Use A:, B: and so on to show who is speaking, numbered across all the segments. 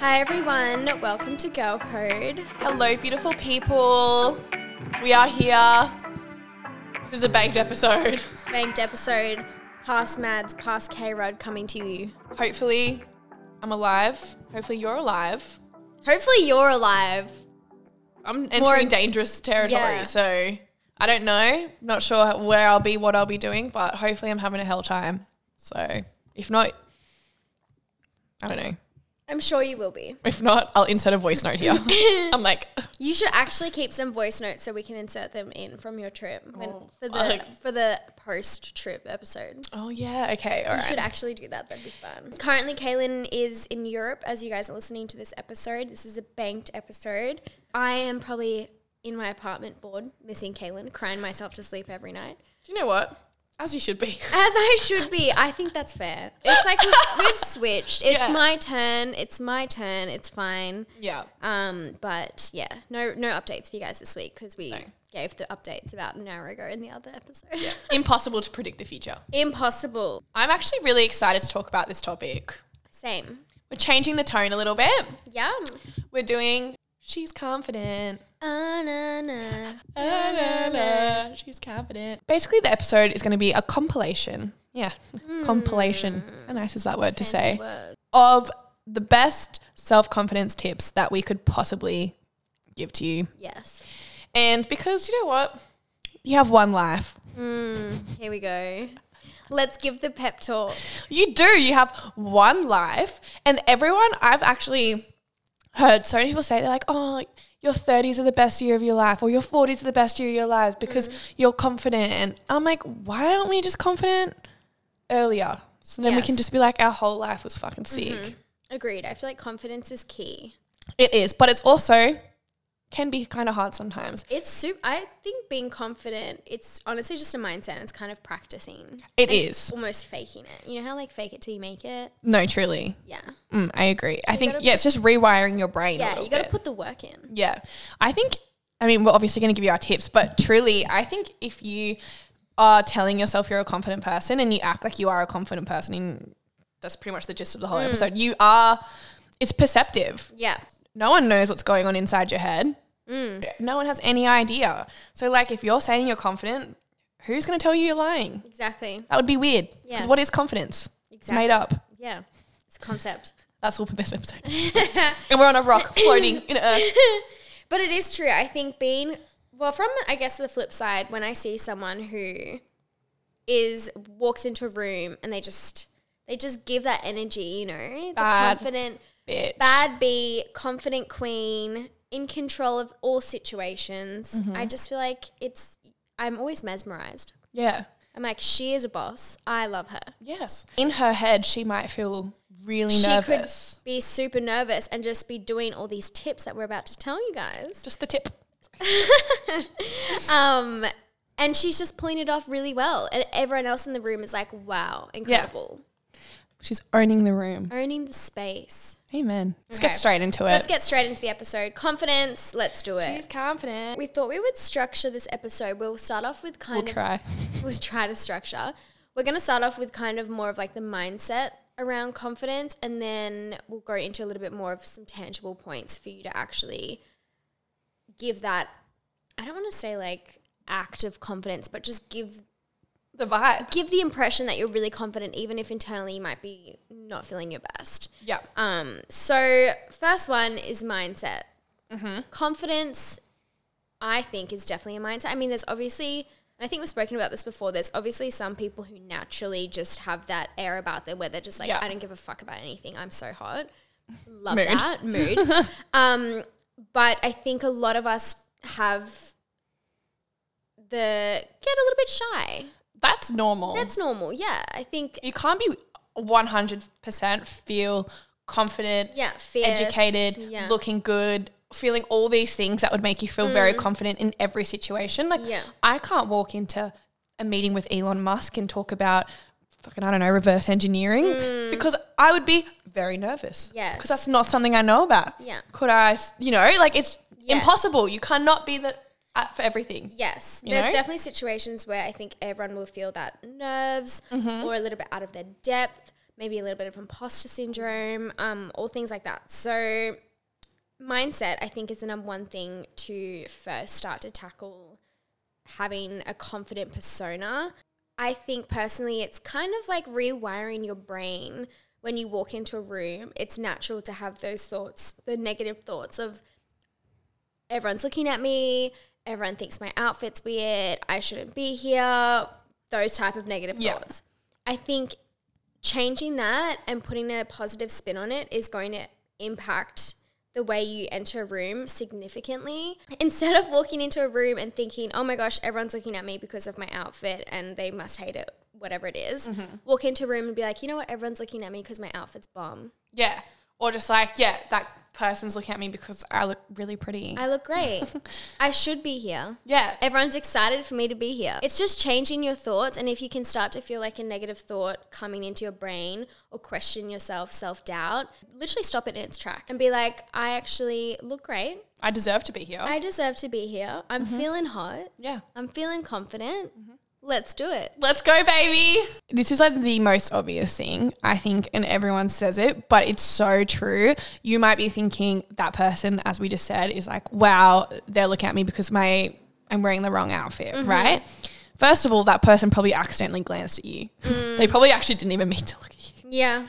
A: Hi everyone, welcome to Girl Code.
B: Hello, beautiful people. We are here. This is a banked episode.
A: Banked episode, past Mads, past K Rod coming to you.
B: Hopefully, I'm alive. Hopefully, you're alive.
A: Hopefully you're alive.
B: I'm
A: More-
B: entering dangerous territory,
A: Yeah.
B: so I don't know. Not sure where I'll be, what I'll be doing, but hopefully, I'm having a hell time. So, if not, I don't know.
A: I'm sure you will be.
B: If not, I'll insert a voice note here. I'm like,
A: You should actually keep some voice notes so we can insert them in from your trip when, for the
B: fuck.
A: for the post trip episode.
B: oh yeah, okay, all
A: You should
B: right.
A: actually do that. That'd be fun. Currently, Kaylin is in Europe as you guys are listening to this episode. This is a banked episode. I am probably in my apartment bored, missing Kaylin, crying myself to sleep every night.
B: Do you know what? As you should be.
A: As I should be. I think that's fair. It's like we've, we've switched. It's
B: Yeah.
A: my turn. It's my turn. It's fine.
B: yeah.
A: Um, but yeah, no no updates for you guys this week because we
B: No.
A: gave the updates about an hour ago in the other episode.
B: Impossible to predict the future.
A: Impossible.
B: I'm actually really excited to talk about this topic.
A: Same.
B: We're changing the tone a little bit.
A: Yeah.
B: We're doing She's Confident.
A: Ah, na, na.
B: Ah, na, na, She's confident. Basically, the episode is going to be a compilation. Yeah, compilation. How nice is that word to say?
A: Word.
B: Of the best self confidence tips that we could possibly give to you.
A: Yes.
B: And because you know what? You have one life.
A: Here we go. Let's give the pep talk.
B: You do. You have one life. And everyone, I've actually heard so many people say, they're like, oh, your 30s are the best year of your life, or your 40s are the best year of your life because
A: Mm.
B: you're confident. And I'm like, why aren't we just confident earlier? So then we can
A: Yes. Mm-hmm.
B: just be like, our whole life was fucking sick.
A: Agreed. I feel like confidence is key.
B: It is, but it's also can be kind of hard sometimes.
A: It's super. I think being confident, it's honestly just a mindset. It's kind of practicing,
B: It is.
A: almost faking it. You know how like fake it till you make it.
B: No, truly.
A: Yeah,
B: Mm, I agree. I think,
A: gotta
B: yeah, it's just rewiring your brain. a
A: yeah.
B: little
A: You got
B: bit.
A: to put the work in.
B: Yeah. I think, I mean, we're obviously going to give you our tips, but truly, I think if you are telling yourself you're a confident person and you act like you are a confident person, and that's pretty much the gist of the
A: Mm.
B: whole episode, you are, it's perceptive.
A: Yeah,
B: No one knows what's going on inside your head.
A: Mm.
B: No one has any idea. So, like, if you're saying you're confident, who's going to tell you you're lying?
A: exactly.
B: That would be weird. Because
A: Yes.
B: what is confidence? It's
A: Exactly.
B: made up.
A: Yeah, it's a concept.
B: That's all for this episode. and we're on a rock floating in earth.
A: But it is true. I think being well, from I guess the flip side, when I see someone who is walks into a room and they just they just give that energy, you know, the
B: Bad.
A: confident
B: Bitch.
A: bad B, confident queen, in control of all situations.
B: Mm-hmm.
A: I just feel like it's I'm always mesmerized.
B: Yeah.
A: I'm like, she is a boss. I love her.
B: Yes. In her head, she might feel really
A: She
B: nervous.
A: could be super nervous and just be doing all these tips that we're about to tell you guys.
B: Just the tip.
A: Um, and she's just pulling it off really well. And everyone else in the room is like, wow, incredible.
B: She's owning the room.
A: Owning the space.
B: Amen. Let's
A: Okay.
B: get straight into it.
A: Let's get straight into the episode. Confidence, let's do it.
B: She's confident.
A: we thought we would structure this episode. We'll start off with kind
B: We'll
A: of
B: try.
A: we'll try to structure. We're going to start off with kind of more of like the mindset around confidence, and then we'll go into a little bit more of some tangible points for you to actually give that. I don't want to say like act of confidence, but just give
B: The vibe.
A: give the impression that you're really confident, even if internally you might be not feeling your best.
B: Yeah.
A: Um, so first one is mindset.
B: Mm-hmm.
A: Confidence, I think, is definitely a mindset. I mean, there's obviously, and I think we've spoken about this before. There's obviously some people who naturally just have that air about them where they're just like,
B: Yeah.
A: I don't give a fuck about anything. I'm so hot. Love
B: Mood.
A: that mood. um, but I think a lot of us have the get a little bit shy.
B: That's normal.
A: That's normal. Yeah, I think.
B: you can't be 100% feel confident,
A: Yeah, fierce,
B: educated,
A: yeah.
B: looking good, feeling all these things that would make you feel very confident in every situation. Like,
A: Mm. Yeah.
B: I can't walk into a meeting with Elon Musk and talk about fucking, I don't know, reverse engineering because I would be very nervous.
A: Mm. Yes.
B: Because that's not something I know about.
A: Yeah.
B: Could I, s- you know, like it's
A: Yes.
B: impossible. You cannot be the at for everything.
A: Yes,
B: You
A: there's
B: know?
A: definitely
B: Mm-hmm.
A: situations where I think everyone will feel that nerves or a little bit out of their depth. maybe a little bit of imposter syndrome, um, all things like that. So, mindset, I think, is the number one thing to first start to tackle having a confident persona. I think personally, it's kind of like rewiring your brain when you walk into a room. It's natural to have those thoughts, the negative thoughts of everyone's looking at me, everyone thinks my outfit's weird, I shouldn't be here, those type of negative
B: Yeah.
A: thoughts. I think changing that and putting a positive spin on it is going to impact the way you enter a room significantly. Instead of walking into a room and thinking, oh my gosh, everyone's looking at me because of my outfit and they must hate it, whatever it is, walk into a room and be like, you know what, everyone's looking at me because my outfit's bomb.
B: Yeah. Or just like, yeah, that person's looking at me because I look really pretty.
A: I look great. I should be here.
B: yeah.
A: Everyone's excited for me to be here. It's just changing your thoughts. And if you can start to feel like a negative thought coming into your brain or question yourself, self doubt, literally stop it in its track and be like, I actually look great.
B: I deserve to be here.
A: I deserve to be here. I'm feeling hot.
B: yeah.
A: I'm feeling confident. Let's do it.
B: Let's go, baby. This is like the most obvious thing, I think, and everyone says it, but it's so true. You might be thinking that person, as we just said, is like, wow, they're looking at me because my I'm wearing the wrong outfit, right? First of all, that person probably accidentally glanced at you. they probably actually didn't even mean to look at you.
A: Yeah.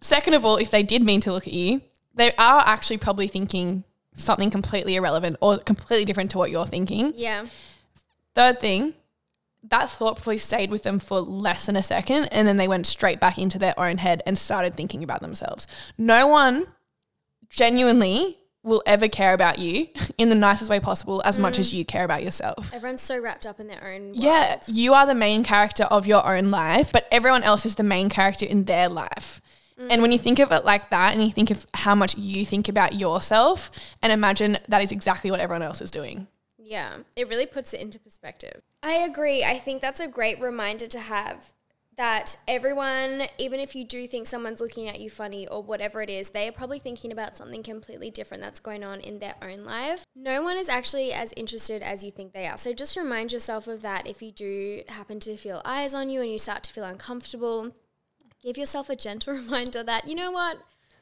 B: Second of all, if they did mean to look at you, they are actually probably thinking something completely irrelevant or completely different to what you're thinking.
A: Yeah.
B: Third thing, that thought probably stayed with them for less than a second and then they went straight back into their own head and started thinking about themselves. No one genuinely will ever care about you in the nicest way possible as much as you care about yourself.
A: Everyone's so wrapped up in their own. world.
B: Yeah, you are the main character of your own life, but everyone else is the main character in their life. And when you think of it like that and you think of how much you think about yourself and imagine that is exactly what everyone else is doing.
A: Yeah, it really puts it into perspective. I agree. I think that's a great reminder to have that everyone, even if you do think someone's looking at you funny or whatever it is, they are probably thinking about something completely different that's going on in their own life. No one is actually as interested as you think they are. So just remind yourself of that if you do happen to feel eyes on you and you start to feel uncomfortable. Give yourself a gentle reminder that, you know what,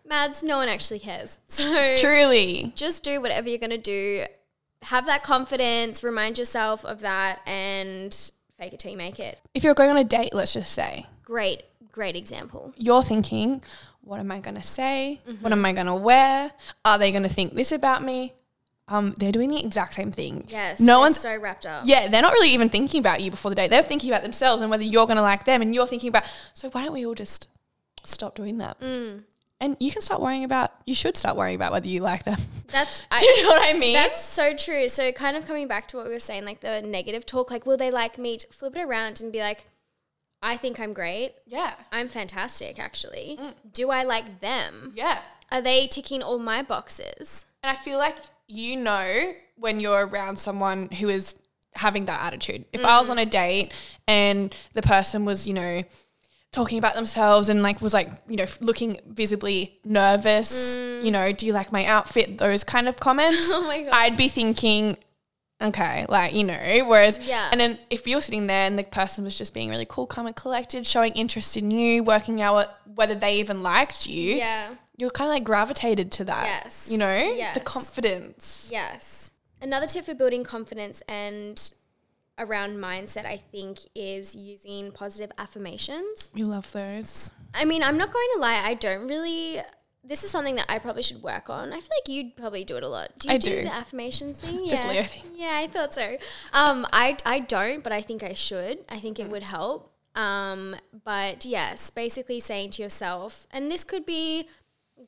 A: Mads, no one actually cares. So
B: Truly.
A: just do whatever you're going to do. Have that confidence, remind yourself of that, and fake it till you make it.
B: If you're going on a date, let's just say,
A: Great, great example.
B: you're thinking, what am I going to say? What
A: Mm-hmm.
B: am I going to wear? Are they going to think this about me? Um, they're doing the exact same thing.
A: Yes.
B: No
A: they're
B: one's
A: so wrapped up.
B: Yeah, they're not really even thinking about you before the date. They're thinking about themselves and whether you're going to like them. And you're thinking about, so why don't we all just stop doing that?
A: Mm.
B: And you can start worrying about, you should start worrying about whether you like them.
A: That's
B: Do
A: I,
B: you know what I mean?
A: that's so true. So kind of coming back to what we were saying, like the negative talk, like will they like me? Flip it around and be like, I think I'm great.
B: yeah.
A: I'm fantastic, actually.
B: Mm.
A: Do I like them?
B: Yeah.
A: Are they ticking all my boxes?
B: And I feel like you know when you're around someone who is having that attitude. If I was on a
A: Mm.
B: date and the person was, you know, talking about themselves and like was like, you know, looking visibly nervous, you know, do you like my outfit? Those kind of comments.
A: Mm. Oh my God.
B: I'd be thinking, okay, like, you know, whereas,
A: Yeah.
B: and then if you're sitting there and the person was just being really cool, calm and collected, showing interest in you, working out what, whether they even liked you
A: Yeah.
B: you're kind of like gravitated to that.
A: Yes.
B: You know?
A: Yes.
B: The confidence.
A: Yes. Another tip for building confidence and around mindset, I think, is using positive affirmations.
B: We love those.
A: I mean, I'm not going to lie, I don't really. This is something that I probably should work on. I feel like you'd probably do it a lot. Do you
B: I
A: do,
B: do.
A: the affirmations thing?
B: Just
A: yeah.
B: Leo thing.
A: Yeah, I thought so. Um, I I don't, but I think I should. I think
B: Mm.
A: it would help. Um, but yes, basically saying to yourself, and this could be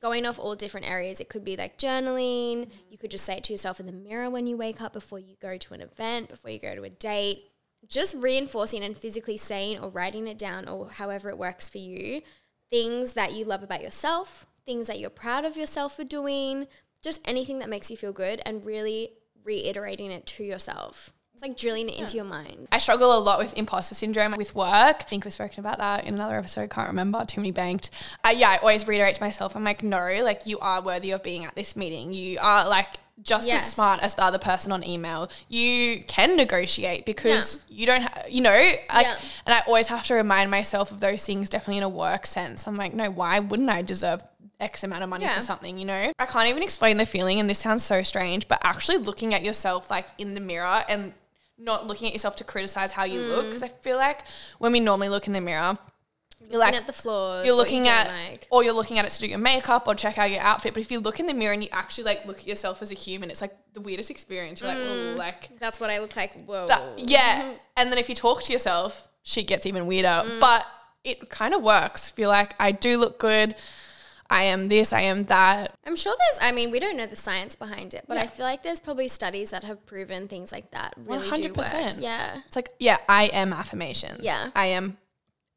A: going off all different areas. It could be like journaling.
B: Mm-hmm.
A: You could just say it to yourself in the mirror when you wake up, before you go to an event, before you go to a date. Just reinforcing and physically saying or writing it down or however it works for you things that you love about yourself, things that you're proud of yourself for doing, just anything that makes you feel good and really reiterating it to yourself. It's like drilling it into your mind.
B: I struggle a lot with imposter syndrome with work. I think we've spoken about that in another episode. Can't remember. Too many banked. Uh, yeah, I always reiterate to myself, I'm like, no, like you are worthy of being at this meeting. You are like just as
A: Yes.
B: smart as the other person on email. You can negotiate because you don't, ha- you know, like,
A: Yeah.
B: and I always have to remind myself of those things definitely in a work sense. I'm like, no, why wouldn't I deserve X amount of money
A: Yeah.
B: for something, you know? I can't even explain the feeling, and this sounds so strange, but actually looking at yourself like in the mirror and not looking at yourself to criticize how you
A: Mm.
B: look, because I feel like when we normally look in the mirror, you're like,
A: looking at the floors.
B: you're
A: what you
B: looking
A: don't
B: at
A: like.
B: or you're looking at it to do your makeup or check out your outfit but if you look in the mirror and you actually like look at yourself as a human it's like the weirdest experience you're like
A: Mm.
B: oh like
A: That's what I look like. Whoa.
B: that- yeah and then if you talk to yourself shit gets even weirder but it kind of works feel like i do look good i am this i am that
A: I'm sure there's, I mean, we don't know the science behind it, but I feel like there's probably studies that have proven things like that really do work.
B: 100%.
A: Yeah.
B: it's like yeah i am affirmations
A: Yeah.
B: i am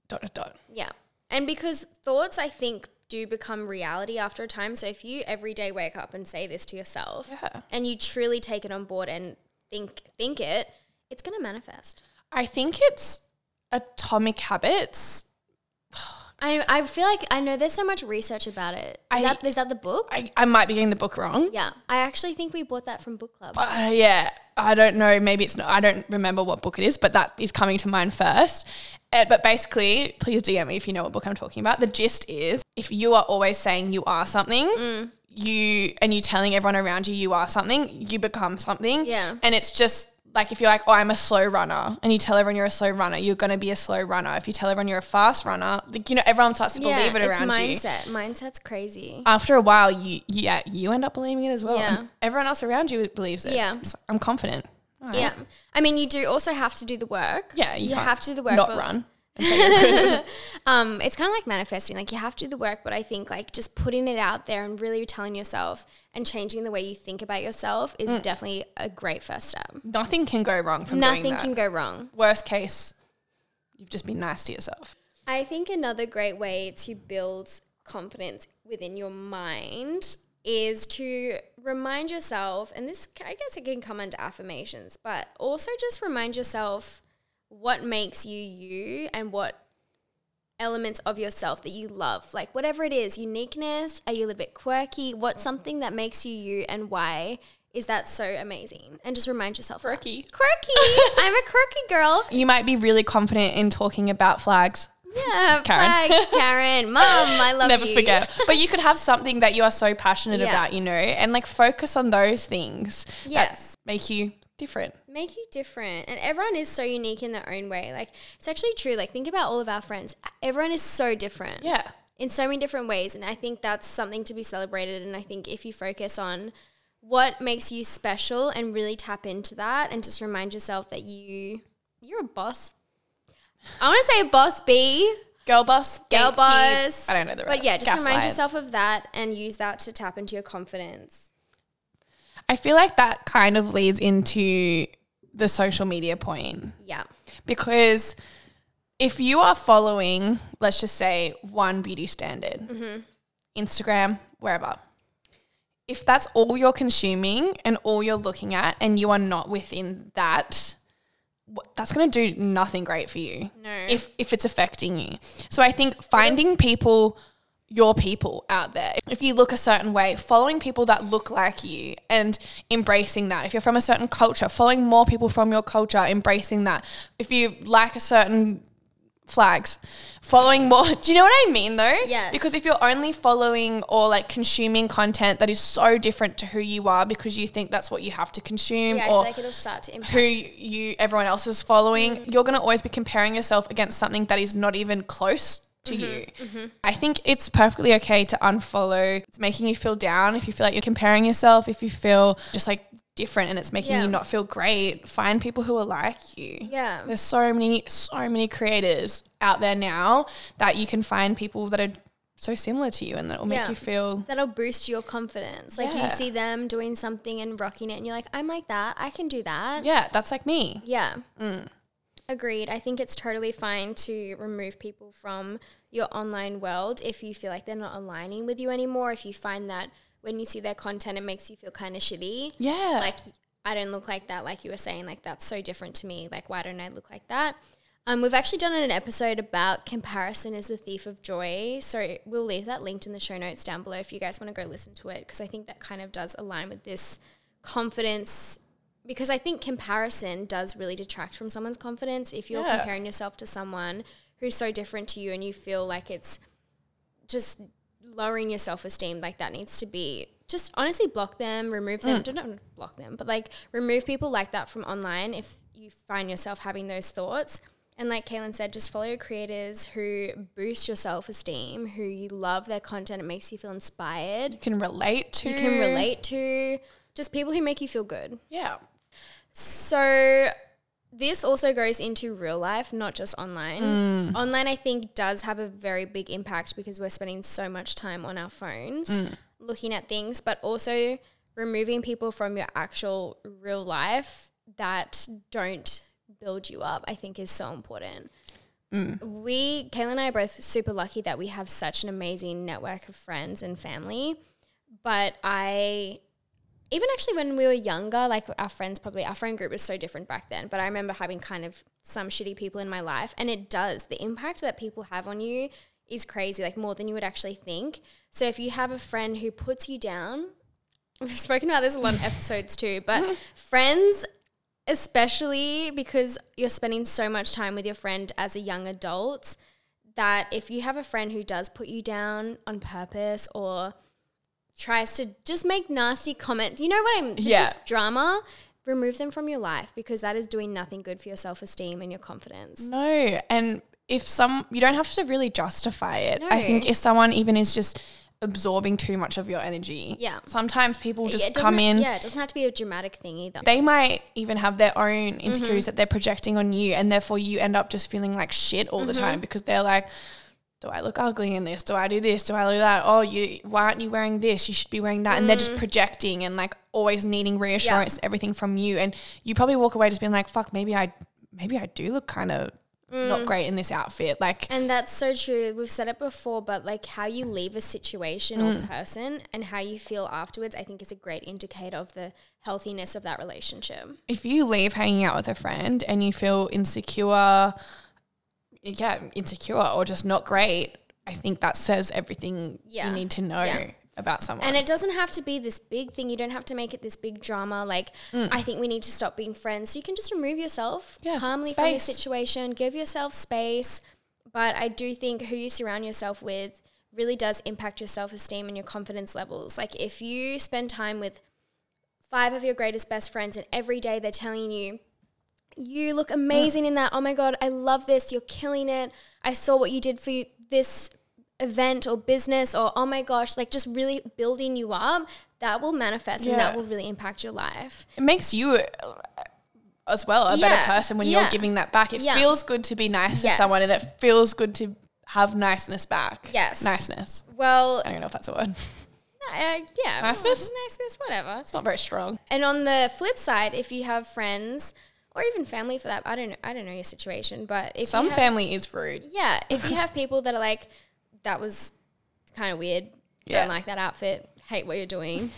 B: dot dot dot
A: Yeah. And because thoughts, I think, do become reality after a time. So if you every day wake up and say this to yourself
B: Yeah.
A: and you truly take it on board and think think it, it's going to manifest.
B: i think it's atomic habits
A: I, I feel like I know there's so much research about it. Is,
B: I-
A: that, is that the book?
B: i, I might be getting the book wrong
A: yeah. I actually think we bought that from book club.
B: uh, yeah, I don't know. Maybe it's not. I don't remember what book it is, but that is coming to mind first. Uh, but basically, please DM me if you know what book I'm talking about. The gist is, if you are always saying you are something,
A: Mm.
B: you and you telling everyone around you you are something, you become something.
A: Yeah.
B: and it's just. Like if you're like, oh, I'm a slow runner, and you tell everyone you're a slow runner, you're gonna be a slow runner. If you tell everyone you're a fast runner, like you know, everyone starts to believe it
A: it's
B: around you
A: mindset. Mindset's crazy.
B: after a while, you yeah, you end up believing it as well.
A: Yeah.
B: And everyone else around you believes it.
A: Yeah.
B: So I'm confident. All right.
A: Yeah. I mean, you do also have to do the work.
B: Yeah, you
A: You,
B: can't
A: have to do the work.
B: Not
A: but,
B: run.
A: Um, it's kind of like manifesting. Like you have to do the work, but I think like just putting it out there and really telling yourself and changing the way you think about yourself is definitely a great first step.
B: Nothing can go wrong from doing
A: Nothing
B: that.
A: can go wrong.
B: Worst case, you've just been nice to yourself.
A: I think another great way to build confidence within your mind is to remind yourself, and this I guess it can come under affirmations, but also just remind yourself what makes you you and what elements of yourself that you love. Like whatever it is, uniqueness, are you a little bit quirky? What's something that makes you you and why is that so amazing? And just remind yourself. that.
B: Quirky.
A: Quirky. I'm a quirky girl.
B: You might be really confident in talking about flags.
A: Yeah,
B: Karen.
A: flags, Karen, mom, I love
B: Never
A: you.
B: forget. But you could have something that you are so passionate
A: Yeah.
B: about, you know, and like focus on those things
A: Yes.
B: that make you different.
A: Make you different. And everyone is so unique in their own way. Like, it's actually true. Like, think about all of our friends. Everyone is so different
B: Yeah.
A: in so many different ways. And I think that's something to be celebrated. And I think if you focus on what makes you special and really tap into that and just remind yourself that you, you're a boss. I want to say a boss B,
B: Girl boss.
A: girl
B: gatekeep.
A: boss.
B: I don't know the rest.
A: But yeah, just remind
B: Gaslight.
A: yourself of that and use that to tap into your confidence.
B: I feel like that kind of leads into the social media point
A: Yeah.
B: because if you are following, let's just say, one beauty standard, Instagram, wherever, if that's all you're consuming and all you're looking at and you are not within that, wh- that's going to do nothing great for you
A: No.
B: if if it's affecting you. So I think finding people your people out there. If you look a certain way, following people that look like you and embracing that. If you're from a certain culture, following more people from your culture, embracing that. If you like a certain flags, following more. Do you know what I mean though?
A: Yes.
B: Because if you're only following or like consuming content that is so different to who you are because you think that's what you have to consume
A: Yeah, I
B: or
A: feel like it'll start to impact.
B: who you everyone else is following,
A: Mm-hmm.
B: you're going to always be comparing yourself against something that is not even close to
A: Mm-hmm.
B: you. I think it's perfectly okay to unfollow. It's making you feel down if you feel like you're comparing yourself, if you feel just like different and it's making
A: Yeah.
B: you not feel great, find people who are like you.
A: Yeah.
B: There's so many so many creators out there now that you can find people that are so similar to you and that will make
A: Yeah.
B: you feel
A: That'll boost your confidence. Like
B: Yeah.
A: you see them doing something and rocking it, and you're like, I'm like that. I can do that.
B: yeah, that's like me.
A: Yeah.
B: Mm.
A: Agreed. I think it's totally fine to remove people from your online world if you feel like they're not aligning with you anymore. If you find that when you see their content, it makes you feel kind of shitty.
B: Yeah.
A: Like, I don't look like that, like you were saying. Like, that's so different to me. Like, why don't I look like that? Um, we've actually done an episode about comparison is the thief of joy. So we'll leave that linked in the show notes down below if you guys want to go listen to it because I think that kind of does align with this confidence because I think comparison does really detract from someone's confidence. If you're
B: Yeah.
A: comparing yourself to someone who's so different to you and you feel like it's just lowering your self esteem, like that needs to be just honestly block them, remove them. Don't, don't block them, but like remove people like that from online if you find yourself having those thoughts. And like Kaylin said, just follow creators who boost your self esteem, who you love their content, it makes you feel inspired,
B: You can relate to.
A: you can relate to, just people who make you feel good.
B: Yeah.
A: So this also goes into real life, not just online. Online, I think, does have a very big impact because we're spending so much time on our phones looking at things, but also removing people from your actual real life that don't build you up, I think, is so important. We, Kayla and I, are both super lucky that we have such an amazing network of friends and family. But I even actually when we were younger, like our friends probably our friend group was so different back then. But I remember having kind of some shitty people in my life, and it does the impact that people have on you is crazy, like more than you would actually think. So if you have a friend who puts you down, we've spoken about this a lot in episodes too, but friends especially because you're spending so much time with your friend as a young adult that if you have a friend who does put you down on purpose or tries to just make nasty comments, you know what I'm
B: Yeah.
A: just drama, remove them from your life because that is doing nothing good for your self-esteem and your confidence.
B: No, and if some, you don't have to really justify it.
A: No.
B: I think if someone even is just absorbing too much of your energy,
A: Yeah.
B: Sometimes people just
A: Yeah, it doesn't
B: come
A: ha-
B: in.
A: Yeah, it doesn't have to be a dramatic thing either.
B: They might even have their own insecurities that they're projecting on you, and therefore you end up just feeling like shit all the time because they're like, "Do I look ugly in this? Do I do this? Do I do that? Oh, you why aren't you wearing this? You should be wearing that." And they're just projecting and like always needing reassurance and everything from you, and you probably walk away just being like, "Fuck, maybe I, maybe I do look kind of." Not great in this outfit. Like,
A: And that's so true. We've said it before, but like how you leave a situation or person and how you feel afterwards, I think is a great indicator of the healthiness of that relationship.
B: if you leave hanging out with a friend and you feel insecure, yeah, insecure or just not great, I think that says everything
A: Yeah.
B: you need to know
A: Yeah.
B: about someone.
A: And it doesn't have to be this big thing. You don't have to make it this big drama. Like, I think we need to stop being friends. So you can just remove yourself
B: Mm. Yeah,
A: calmly from the
B: space.
A: situation, give yourself space. But I do think who you surround yourself with really does impact your self esteem and your confidence levels. Like, if you spend time with five of your greatest best friends and every day they're telling you, you look amazing in that. Oh my God, I love this. You're killing it. I saw what you did for you- this event or business, or oh my gosh, like just really building you up. That will manifest and that
B: Yeah.
A: will really impact your life.
B: it makes you uh, as well a
A: Yeah,
B: better person when
A: yeah.
B: you're giving that back. It
A: Yeah.
B: feels good to be nice
A: Yes.
B: to someone and it feels good to have niceness back.
A: Yes.
B: Niceness.
A: Well,
B: I don't know if that's a word.
A: uh, yeah.
B: Niceness?
A: Niceness, whatever.
B: It's not very strong.
A: And on the flip side, if you have friends or even family for that, I don't know, I don't know your situation, but if
B: Some
A: you have,
B: family is rude.
A: yeah, if you have people that are like, that was kind of weird,
B: Yeah.
A: don't like that outfit, hate what you're doing,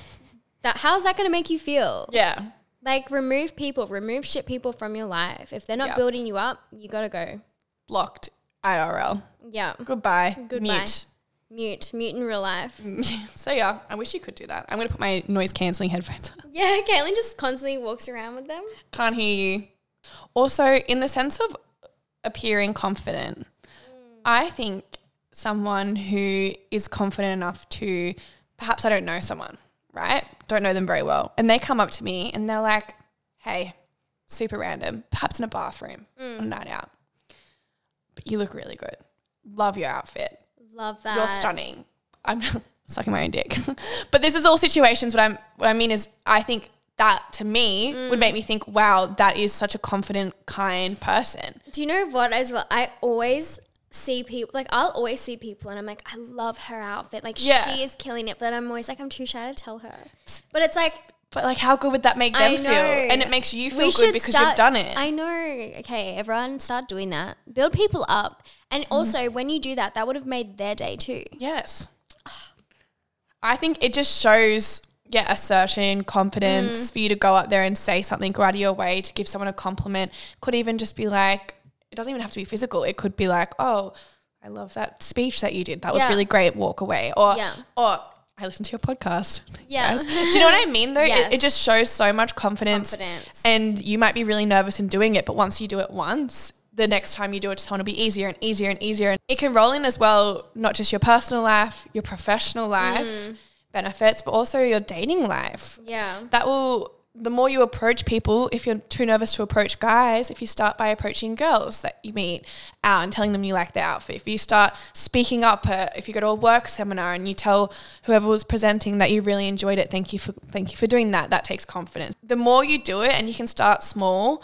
A: that how's that going to make you feel?
B: Yeah.
A: Like remove people, remove shit people from your life. If they're not
B: Yeah.
A: building you up, you gotta go.
B: Blocked IRL.
A: Yeah,
B: Goodbye.
A: Goodbye.
B: Mute.
A: mute, mute in real life.
B: so yeah, I wish you could do that. I'm gonna put my noise cancelling headphones on.
A: Yeah, Caitlin just constantly walks around with them.
B: Can't hear you. Also, in the sense of appearing confident, I think someone who is confident enough to perhaps I don't know someone, right? Don't know them very well. And they come up to me and they're like, hey, super random, perhaps in a bathroom on a night out. But you look really good. Love your outfit.
A: Love that.
B: You're stunning. I'm sucking my own dick. but this is all situations. What I'm what I mean is I think that to me
A: Mm.
B: would make me think, wow, that is such a confident, kind person.
A: Do you know what as well? I always see people like I'll always see people and I'm like, I love her outfit. Like
B: Yeah.
A: she is killing it, but I'm always like, I'm too shy to tell her. But it's like
B: But like how good would that make them
A: I
B: feel?
A: know.
B: And it makes you feel good
A: should
B: because
A: start-
B: you've done it.
A: I know. Okay, everyone start doing that. Build people up. And also when you do that, that would have made their day too.
B: yes. I think it just shows yeah, assertion,
A: Mm.
B: confidence for you to go up there and say something, go out of your way to give someone a compliment. Could even just be like, it doesn't even have to be physical. It could be like, oh, I love that speech that you did. That was
A: Yeah.
B: really great. Walk away. Or,
A: Yeah.
B: or I listen to your podcast.
A: Yeah.
B: Do you know what I mean though?
A: Yes.
B: It, it just shows so much confidence,
A: Confidence.
B: And you might be really nervous in doing it, but once you do it once, the next time you do it to someone will be easier and easier and easier. And it can roll in as well, not just your personal life, your professional life benefits, but also your dating life.
A: yeah.
B: That will the more you approach people, if you're too nervous to approach guys, if you start by approaching girls that you meet out and telling them you like their outfit, if you start speaking up, uh, if you go to a work seminar and you tell whoever was presenting that you really enjoyed it, thank you for thank you for doing that. That takes confidence. The more you do it, and you can start small,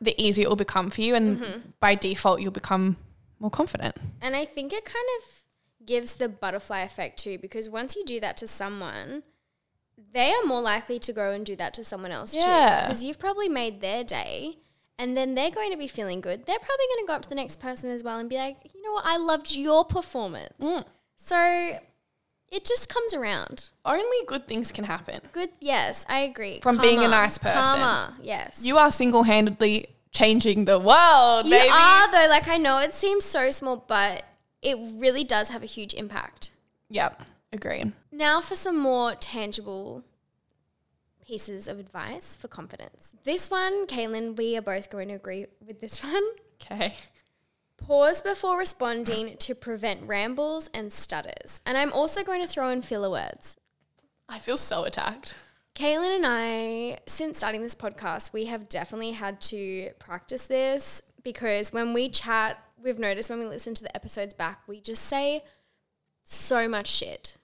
B: the easier it will become for you, and by default, you'll become more confident.
A: And I think it kind of gives the butterfly effect too, because once you do that to someone, they are more likely to go and do that to someone else too.
B: Yeah.
A: Because you've probably made their day and then they're going to be feeling good. They're probably going to go up to the next person as well and be like, you know what, I loved your performance.
B: Mm.
A: So it just comes around.
B: Only good things can happen.
A: Good, yes, I agree.
B: From being a nice person.
A: Karma, yes.
B: You are single-handedly changing the world,
A: You
B: baby.
A: are though. Like I know it seems so small, but it really does have a huge impact.
B: Yep, agreed.
A: Now for some more tangible pieces of advice for confidence. This one, Caitlin, we are both going to agree with this one.
B: Okay.
A: Pause before responding to prevent rambles and stutters. And I'm also going to throw in filler words.
B: I feel so attacked.
A: Caitlin and I, since starting this podcast, we have definitely had to practice this because when we chat, we've noticed when we listen to the episodes back, we just say so much shit.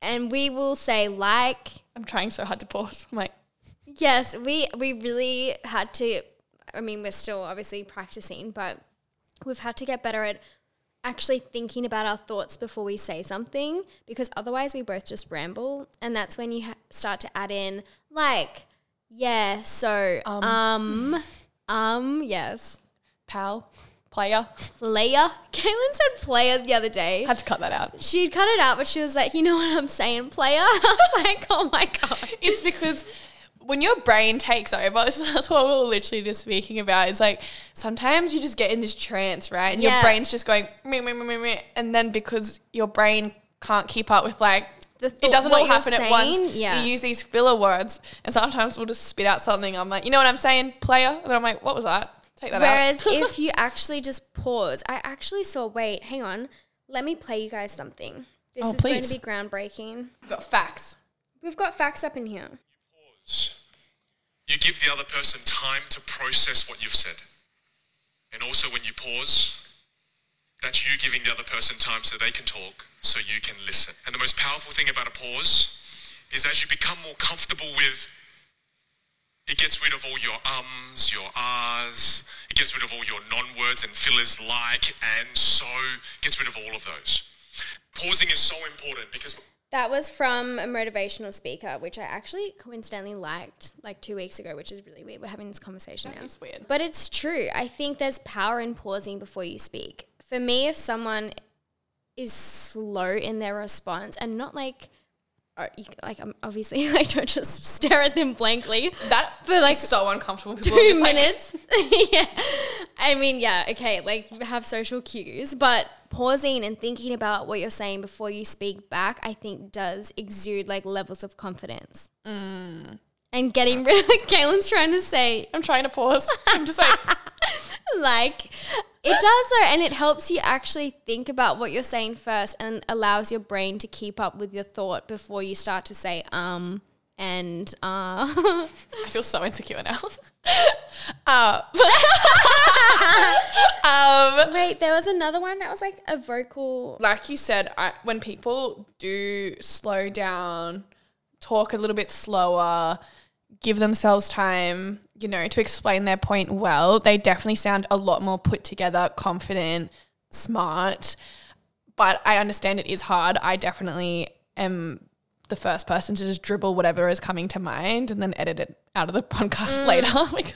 A: And we will say, like,
B: I'm trying so hard to pause. I'm like,
A: yes, we, we really had to. I mean, we're still obviously practicing, but we've had to get better at actually thinking about our thoughts before we say something because otherwise we both just ramble and that's when you ha- start to add in like yeah so um um, yes
B: pal, player.
A: player Caitlin said player the other day
B: Had to cut that out.
A: she'd cut it out but she was like you know what I'm saying player I was like oh my god
B: It's because when your brain takes over, that's what we were literally just speaking about. It's like sometimes you just get in this trance, right? And
A: Yeah.
B: your brain's just going, meh, meh, meh, meh, meh. and then because your brain can't keep up with like,
A: The
B: it
A: thought-
B: doesn't
A: what
B: all
A: you're
B: happen at
A: saying,
B: once.
A: yeah.
B: You use these filler words, and sometimes we'll just spit out something. I'm like, you know what I'm saying, player? And then I'm like, what was that? Take that
A: Whereas
B: out.
A: if you actually just pause, I actually saw. Wait, hang on. Let me play you guys something. This
B: Oh,
A: is
B: please.
A: going to be groundbreaking.
B: We've got facts.
A: We've got facts up in here.
C: pause. You give the other person time to process what you've said. And also, when you pause, that's you giving the other person time so they can talk, so you can listen. And the most powerful thing about a pause is as you become more comfortable with it gets rid of all your ums, your ahs. It gets rid of all your non-words and fillers like and so. Gets rid of all of those. Pausing is so important because
A: That was from a motivational speaker, which I actually coincidentally liked like two weeks ago, which is really weird. We're having this conversation now.
B: is weird.
A: But it's true. I think there's power in pausing before you speak. For me, if someone is slow in their response and not like, or you, like um, obviously, like don't just stare at them blankly.
B: That
A: But, like,
B: is so uncomfortable.
A: two
B: People are just like-
A: minutes. yeah. I mean, yeah, okay, like have social cues, but pausing and thinking about what you're saying before you speak back, I think does exude like levels of confidence. And getting rid of like Caitlin's trying to say,
B: I'm trying to pause. I'm just like,
A: like, it does though, and it helps you actually think about what you're saying first and allows your brain to keep up with your thought before you start to say, um, and uh.
B: I feel so insecure now. uh, um,
A: Wait, there was another one that was like a vocal
B: like you said, I, when people do slow down, talk a little bit slower, give themselves time, you know, to explain their point well, they definitely sound a lot more put together, confident, smart. But I understand it is hard. I definitely am the first person to just dribble whatever is coming to mind and then edit it out of the
A: Mm.
B: podcast later. Like,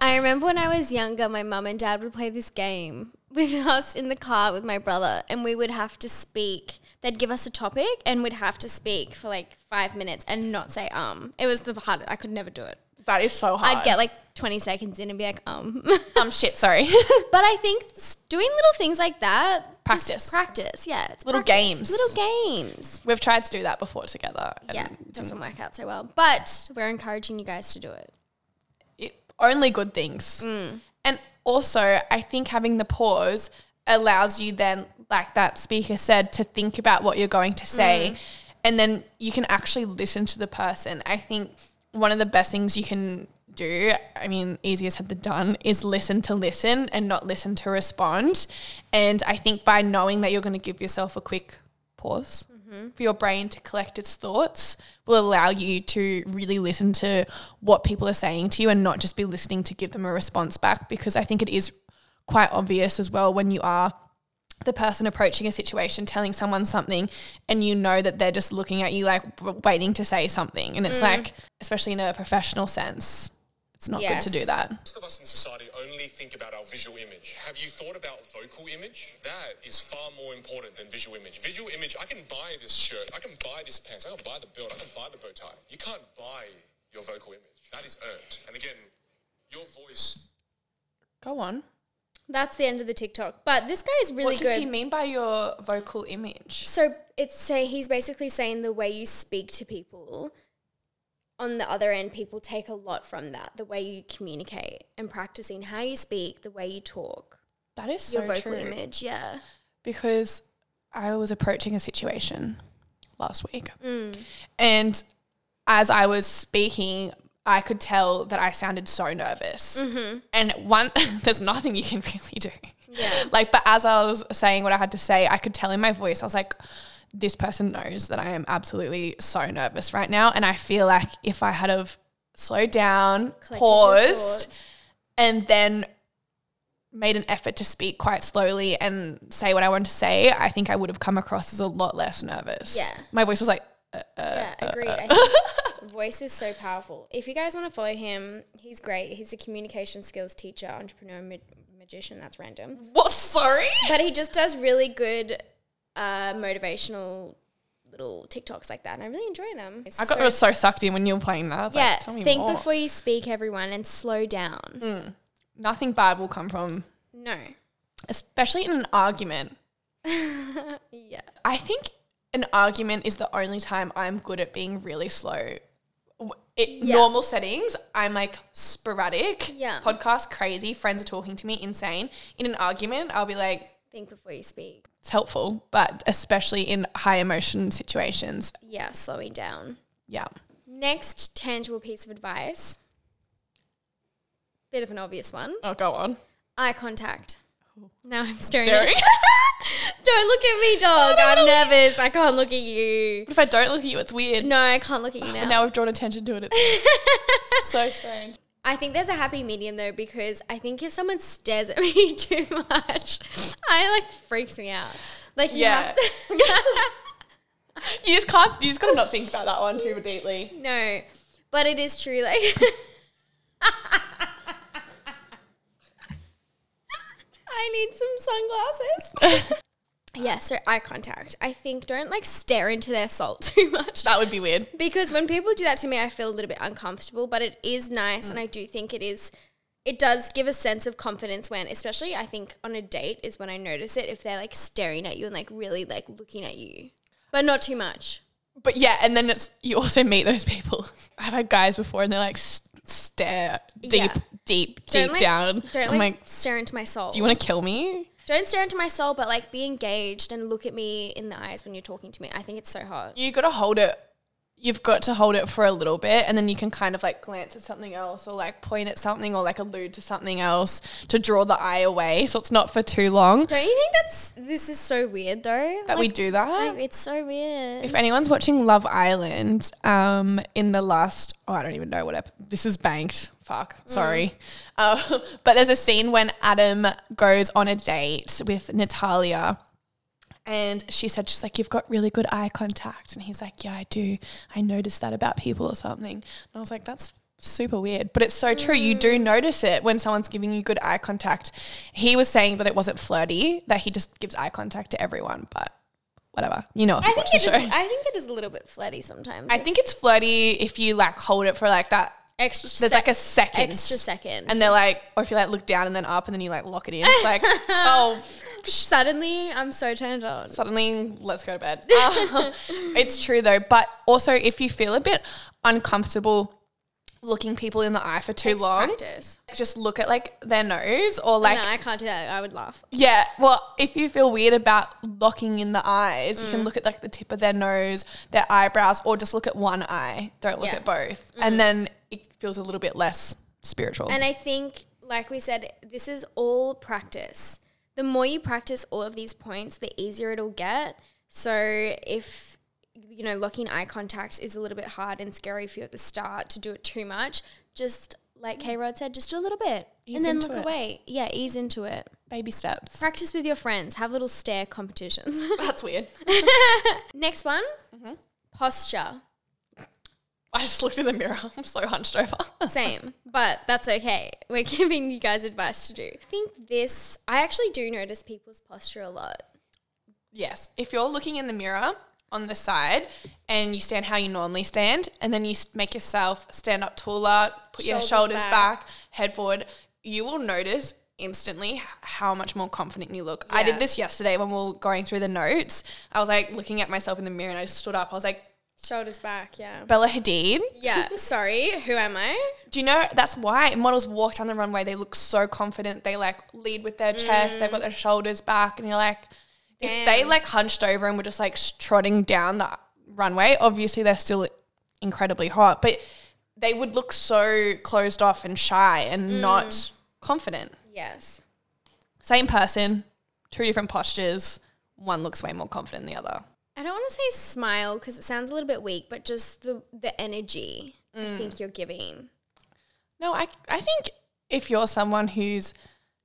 A: I remember when I was younger, my mum and dad would play this game with us in the car with my brother, and we would have to speak. They'd give us a topic, and we'd have to speak for like five minutes and not say um. It was the hard. I could never do it.
B: That is so hard.
A: I'd get like 20 seconds in and be like, um.
B: um shit. Sorry.
A: but I think s- doing little things like that, just
B: Practice.
A: practice. Yeah, it's
B: Little
A: practice.
B: games.
A: little games.
B: We've tried to do that before together. and
A: Yeah, it doesn't work out so well, but we're encouraging you guys to do it.
B: it, only good things. And also, I think having the pause allows you then, like that speaker said, to think about what you're going to say. And then you can actually listen to the person. I think one of the best things you can do, I mean, easier said than done, is listen to listen and not listen to respond. And I think by knowing that you're going to give yourself a quick pause for your brain to collect its thoughts will allow you to really listen to what people are saying to you and not just be listening to give them a response back because I think it is quite obvious as well when you are the person approaching a situation telling someone something and you know that they're just looking at you like w- waiting to say something and it's like especially in a professional sense it's not
A: Yes.
B: good to do that
C: Most of us in society only think about our visual image. Have you thought about vocal image? That is far more important than visual image. Visual image, I can buy this shirt, I can buy this pants, I can buy the build, I can buy the bow tie. You can't buy your vocal image. That is earned. And again, your voice.
B: go on
A: That's the end of the TikTok. But this guy is really
B: what does
A: good.
B: he mean by your vocal image
A: So it's say he's basically saying the way you speak to people. On the other end, people take a lot from that. The way you communicate and practicing how you speak, the way you talk,
B: that is so
A: your vocal
B: true.
A: image. Yeah,
B: because I was approaching a situation last week.
A: Mm.
B: And as I was speaking, I could tell that I sounded so nervous.
A: Mm-hmm.
B: And one, there's nothing you can really do.
A: Yeah.
B: Like, but as I was saying what I had to say, I could tell in my voice, I was like, this person knows that I am absolutely so nervous right now. And I feel like if I had have slowed down,
A: Collected your
B: paused,
A: thoughts.
B: and then made an effort to speak quite slowly and say what I wanted to say, I think I would have come across as a lot less nervous.
A: Yeah.
B: My voice was like, Uh,
A: yeah, agreed. I think voice is so powerful. If you guys want to follow him, he's great. He's a communication skills teacher, entrepreneur, ma- magician. That's random.
B: what, sorry?
A: but he just does really good uh, motivational little TikToks like that, and I really enjoy them.
B: I got I was so sucked in when you were playing that. I was
A: yeah.
B: like, tell me
A: think
B: more. Mm.
A: before you speak, everyone, and slow down.
B: Nothing bad will come from,
A: No,
B: especially in an argument.
A: yeah,
B: I think an argument is the only time I'm good at being really slow. W- It,
A: Yeah.
B: Normal settings, I'm like sporadic.
A: Yeah.
B: Podcast crazy. Friends are talking to me, insane. In an argument, I'll be like,
A: think before you speak.
B: it's helpful, but especially in high emotion situations.
A: Yeah, slowing down.
B: Yeah.
A: Next tangible piece of advice. Bit of an obvious one.
B: Oh, go on.
A: Eye contact. Now I'm staring. at-
B: Oh. Staring.
A: Don't look at me, dog. I'm nervous. I can't look at you.
B: if I don't look at you, it's weird.
A: No, I can't look at you
B: And
A: now.
B: now we've drawn attention to it. It's so strange.
A: I think there's a happy medium though because I think if someone stares at me too much, I like freaks me out. Like you
B: Yeah.
A: have to
B: You just can't. You just gotta not think about that one too deeply.
A: No. But it is true, like I need some sunglasses. yeah, so eye contact. I think don't like stare into their soul too much.
B: That would be weird.
A: because when people do that to me, I feel a little bit uncomfortable, but it is nice. And I do think it is, it does give a sense of confidence when, especially I think on a date is when I notice it if they're like staring at you and like really like looking at you, but not too much.
B: But yeah, and then it's you also meet those people. I've had guys before, and they're like s- stare deep,
A: Yeah.
B: deep,
A: Don't
B: deep
A: like,
B: down.
A: Don't
B: I'm
A: like,
B: like,
A: stare into my soul.
B: do you want to kill me?
A: don't stare into my soul, but like be engaged and look at me in the eyes when you're talking to me. I think it's so hard.
B: You gotta hold it. You've got to hold it for a little bit, and then you can kind of like glance at something else, or like point at something, or like allude to something else to draw the eye away. So it's not for too long
A: Don't you think that's, this is so weird though?
B: that we do that.
A: Like, it's so weird.
B: If anyone's watching Love Island, um, in the last, oh, I don't even know what ep- this is banked. Fuck,
A: Mm.
B: sorry. Um, but there's a scene when Adam goes on a date with Natalia. And she said, she's like, you've got really good eye contact. And he's like, yeah, I do. I noticed that about people or something. And I was like, that's super weird. But it's so true. You do
A: Mm.
B: notice it when someone's giving you good eye contact. He was saying that it wasn't flirty, that he just gives eye contact to everyone. But whatever. You know, if
A: I
B: you
A: think
B: watch
A: it
B: the
A: is.
B: show.
A: I think it is a little bit flirty sometimes.
B: I think it's flirty if you like hold it for like that
A: Extra
B: There's
A: sec-
B: like a second.
A: extra second.
B: And they're like, or if you like look down and then up and then you like lock it in, it's like, oh,
A: suddenly I'm so turned on.
B: suddenly let's go to bed. Uh, it's true though. But also, if you feel a bit uncomfortable looking people in the eye for too
A: It's
B: long,
A: practice.
B: just look at like their nose or like,
A: no, I can't do that. I would laugh.
B: yeah, well, if you feel weird about locking in the eyes, you can look at like the tip of their nose, their eyebrows, or just look at one eye. Don't look
A: Yeah.
B: at both. And then it feels a little bit less spiritual.
A: And I think, like we said, this is all practice. The more you practice all of these points, the easier it'll get. So if you know locking eye contact is a little bit hard and scary for you at the start to do it too much, just like K Rod said, just do a little bit
B: Ease
A: and then
B: into
A: look
B: it.
A: away. Yeah, ease into it.
B: Baby steps.
A: Practice with your friends. Have little stare competitions.
B: That's weird.
A: Next one,
B: Mm-hmm.
A: posture.
B: I just looked in the mirror. I'm so hunched over.
A: Same, but that's okay. We're giving you guys advice to do. I think this, I actually do notice people's posture a lot.
B: yes. If you're looking in the mirror on the side and you stand how you normally stand, and then you s- make yourself stand up taller, put
A: Shoulders
B: your shoulders
A: back.
B: back. head forward, you will notice instantly h- how much more confident you look. I
A: Yeah.
B: did this yesterday when we were going through the notes. I was like looking at myself in the mirror and I stood up. I was like,
A: Shoulders back, yeah.
B: Bella Hadid.
A: Yeah, sorry, who am I?
B: Do you know that's why models walk down the runway? They look so confident. They like lead with their chest. They've got their shoulders back, and you're like, if they
A: Damn.
B: like hunched over and were just like trotting down the runway, obviously they're still incredibly hot, but they would look so closed off and shy and not confident.
A: Yes.
B: Same person, two different postures. One looks way more confident than the other.
A: I don't want to say smile because it sounds a little bit weak, but just the, the energy
B: Mm.
A: I think you're giving.
B: No, I, I think if you're someone who's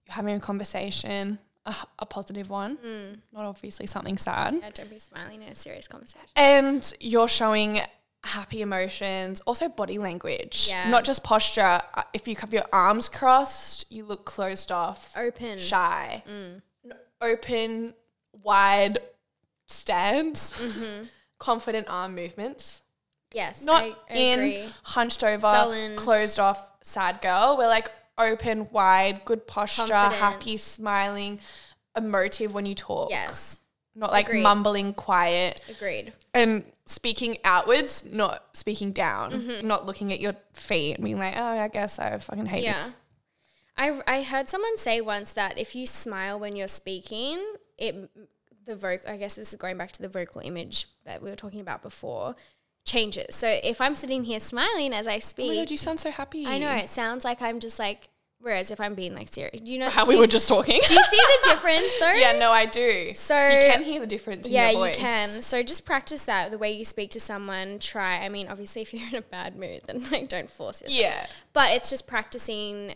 B: having a conversation, a, a positive one,
A: Mm.
B: not obviously something sad,
A: Yeah, don't be smiling in a serious conversation.
B: and you're showing happy emotions, also body language,
A: Yeah.
B: not just posture. Uh, If you have your arms crossed, you look closed off,
A: Open. Mm.
B: shy, N- open, wide stance,
A: Mm-hmm.
B: confident arm movements
A: Yes,
B: not
A: I, I
B: in
A: agree.
B: hunched over,
A: Sullen.
B: closed off, sad girl. We're like open, wide, good posture,
A: Confident.
B: happy, smiling, emotive when you talk.
A: Yes,
B: Not like
A: agreed.
B: mumbling, quiet,
A: agreed.
B: and speaking outwards, not speaking down,
A: Mm-hmm.
B: not looking at your feet and being like, oh, I guess I fucking hate
A: Yeah.
B: this.
A: I, I heard someone say once that if you smile when you're speaking, it the vocal I guess this is going back to the vocal image that we were talking about before changes. So if I'm sitting here smiling as I
B: Oh my
A: speak,
B: god, you sound so happy.
A: I know it sounds like I'm just like whereas if I'm being like serious, you know
B: How
A: do
B: we
A: you-
B: were just talking.
A: Do you see the difference though?
B: yeah, no, I do.
A: So-
B: you can hear the difference. In
A: Yeah,
B: your
A: you
B: voice.
A: can. So just practice that the way you speak to someone. Try. I mean, obviously, if you're in a bad mood, then like don't force yourself.
B: Yeah.
A: but it's just practicing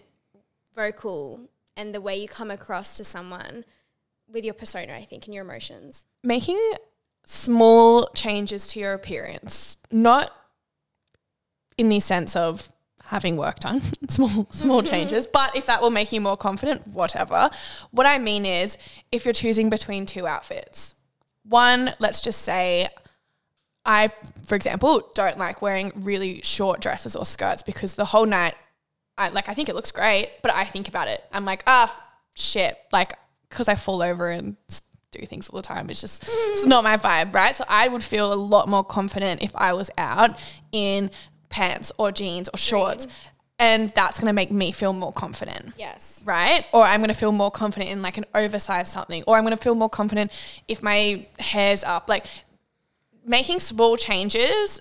A: vocal and the way you come across to someone with your persona, I think, and your emotions.
B: making small changes to your appearance, not in the sense of having work done, small small changes, but if that will make you more confident, whatever. What I mean is if you're choosing between two outfits. One, let's just say I, for example, don't like wearing really short dresses or skirts because the whole night, I like I think it looks great, but I think about it. I'm like, ah, shit, like because I fall over and s- do things all the time. It's just it's not my vibe, right? So I would feel a lot more confident if I was out in pants or jeans or shorts, and that's gonna make me feel more confident
A: Yes.
B: right? Or I'm going to feel more confident in like an oversized something, or I'm going to feel more confident if my hair's up. Like making small changes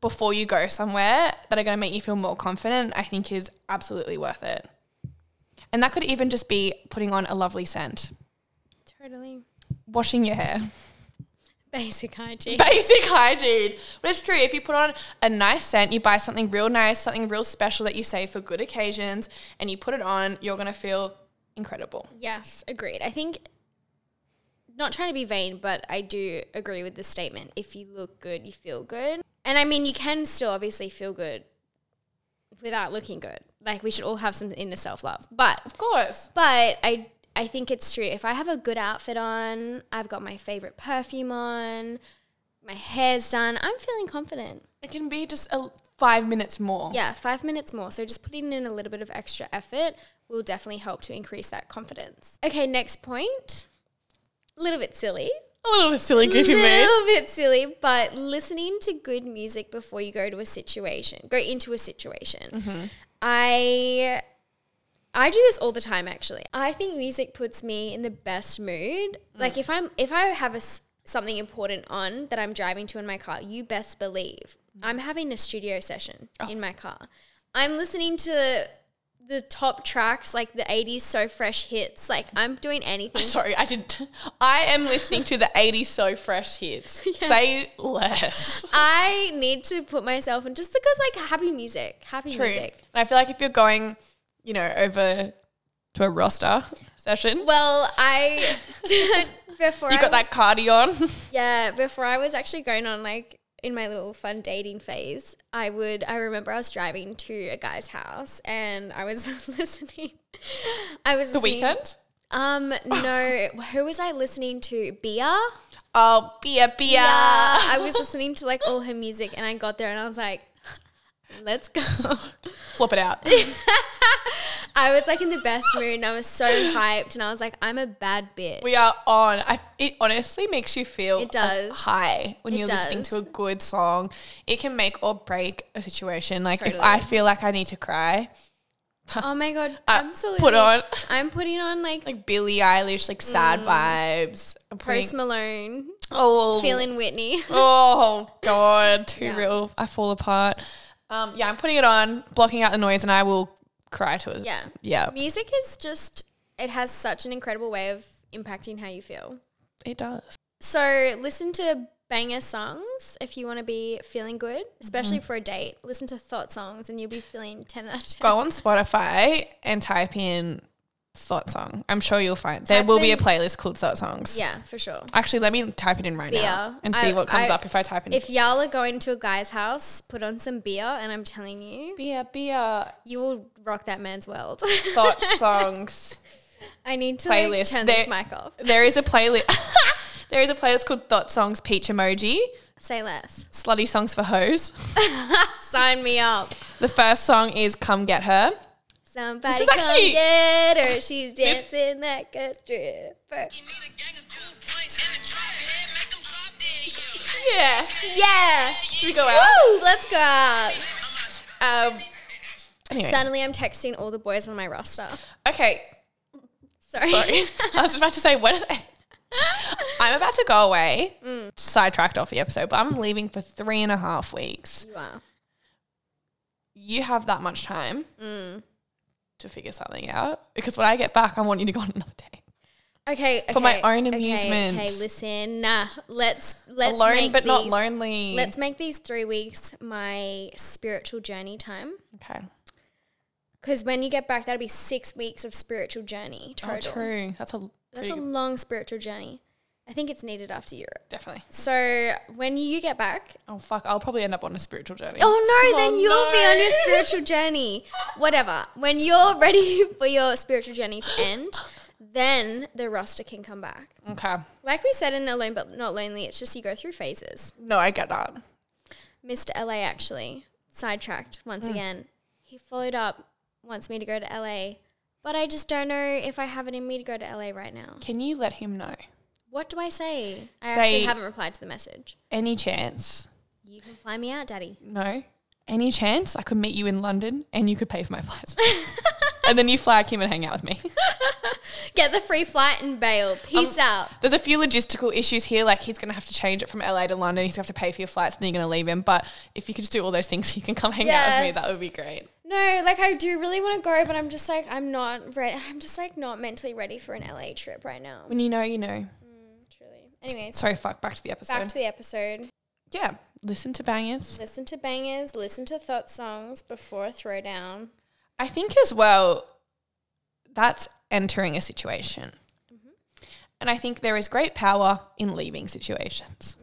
B: before you go somewhere that are going to make you feel more confident, I think is absolutely worth it. And that could even just be putting on a lovely scent,
A: Totally.
B: washing your hair.
A: Basic hygiene.
B: Basic hygiene. But it's true. If you put on a nice scent, you buy something real nice, something real special that you save for good occasions, and you put it on, you're going to feel incredible.
A: Yes, agreed. I think not trying to be vain, but I do agree with the statement. If you look good, you feel good. And I mean, you can still obviously feel good without looking good. Like we should all have some inner self-love. But
B: Of course.
A: But I I think it's true. If I have a good outfit on, I've got my favorite perfume on, my hair's done, I'm feeling confident.
B: It can be just a, five minutes more.
A: Yeah, five minutes more. So just putting in a little bit of extra effort will definitely help to increase that confidence. Okay, next point. A little bit silly.
B: A little bit silly, goofy
A: A
B: mood.
A: little bit silly, but listening to good music before you go to a situation, go into a situation. I I do this all the time actually. I think music puts me in the best mood. Like if I'm if I have a s something important on that I'm driving to in my car, you best believe I'm having a studio session in my car. I'm listening to the top tracks like the 80s so fresh hits like i'm doing anything to
B: Sorry, I did. I am listening to the 80s So Fresh hits. Say less.
A: I need to put myself in just because like happy music, happy music.
B: And I feel like if you're going, you know, over to a roster session,
A: Well, I before
B: you
A: I
B: got that cardio on.
A: yeah before I was actually going on like in my little fun dating phase, I would I remember I was driving to a guy's house and I was listening. I was
B: the weekend.
A: Um, no, who was I listening to? Bia.
B: Oh, beer, beer.
A: Yeah, I was listening to like all her music, and I got there and I was like, "Let's go."
B: Flop it out.
A: I was like in the best mood and I was so hyped and I was like, I'm a bad bitch.
B: We are on. I, it honestly makes you feel
A: It does.
B: uh, high when
A: It
B: you're listening to
A: does.
B: a good song. It can make or break a situation. Like if
A: Totally.
B: I feel like I need to cry,
A: oh my god,
B: I
A: absolutely.
B: Uh, put on
A: I'm putting on like,
B: like Billie Eilish, like
A: Mm.
B: sad vibes. I'm putting-
A: Post Malone,
B: oh,
A: feeling Whitney.
B: oh god, too real. I fall apart. Um, yeah, I'm putting it on, blocking out the noise, and I will cry to it.
A: Yeah.
B: yeah,
A: Music is just, it has such an incredible way of impacting how you feel.
B: it does.
A: So listen to banger songs if you want to be feeling good,
B: Mm-hmm.
A: especially for a date. Listen to thought songs and you'll be feeling 10 out of 10.
B: Go on Spotify and type in thought song. I'm sure you'll find there
A: Type
B: will be a
A: in-
B: playlist called thought songs.
A: Yeah, for sure.
B: Actually, let me type it in right now
A: Beer.
B: and see
A: I-
B: what comes
A: I-
B: up if I type in
A: If y'all are going to a guy's house, put on some beer and I'm telling you,
B: beer, beer,
A: you will rock that man's world.
B: thought songs.
A: I need to like,
B: playlist.
A: turn this
B: There-
A: mic off.
B: There is a playlist. there is a playlist called Thought Songs Peach Emoji,
A: Say less.
B: Slutty Songs for Hoes.
A: Sign me up.
B: The first song is Come Get Her.
A: Somebody
B: is
A: come
B: actually-
A: get her. She's dancing like a stripper.
B: Yeah.
A: Yeah.
B: Should we go out?
A: Woo, Let's go out.
B: Um, anyways.
A: Suddenly, I'm texting all the boys on my roster.
B: Okay,
A: Sorry.
B: sorry. I was just about to say, what are they? I'm about to go away. Sidetracked off the episode, but I'm leaving for three and a half weeks.
A: you are.
B: You have that much time to figure something out because when I get back, I want you to go on another day.
A: Okay, okay.
B: For my own
A: okay,
B: amusement.
A: Okay, listen. Nah, let's let's
B: Alone,
A: make
B: but not
A: these-
B: lonely.
A: Let's make these three weeks my spiritual journey time.
B: okay.
A: Because when you get back, that'll be six weeks of spiritual journey
B: Oh,
A: total.
B: true. That's a
A: That's
B: pretty
A: a
B: good-
A: long spiritual journey. I think it's needed after Europe.
B: definitely.
A: So when you get back,
B: Oh fuck! I'll probably end up on a spiritual journey.
A: oh no,
B: Oh,
A: then you'll be on your
B: no.
A: spiritual journey. Whatever. When you're ready for your spiritual journey to end, then the roster can come back.
B: Okay.
A: Like we said in Alone But Not Lonely, it's just you go through phases.
B: No, I get that.
A: Mr. LA actually sidetracked once again. He followed up, wants me to go to LA, but I just don't know if I have it in me to go to LA right now.
B: Can you let him know?
A: What do I say? I
B: Say-
A: actually haven't replied to the message.
B: Any chance?
A: You can fly me out, Daddy.
B: No. Any chance I could meet you in London and you could pay for my flights? and then you flag him and hang out with me.
A: Get the free flight and bail. Peace out.
B: There's a few logistical issues here. Like he's going to have to change it from LA to London. He's going to have to pay for your flights and you're going to leave him. But if you could just do all those things, you can come hang out with me. That
A: Yes.
B: would be great.
A: No, like I do really want to go, but I'm just like I'm not ready. I'm just like not mentally ready for an LA trip right now.
B: When you know, you know.
A: Truly. Anyways,
B: Sorry, fuck. Back to the episode.
A: back to the episode.
B: yeah. Listen to bangers.
A: Listen to bangers. Listen to thought songs before throwdown.
B: I think as well, that's entering a situation. And I think there is great power in leaving situations.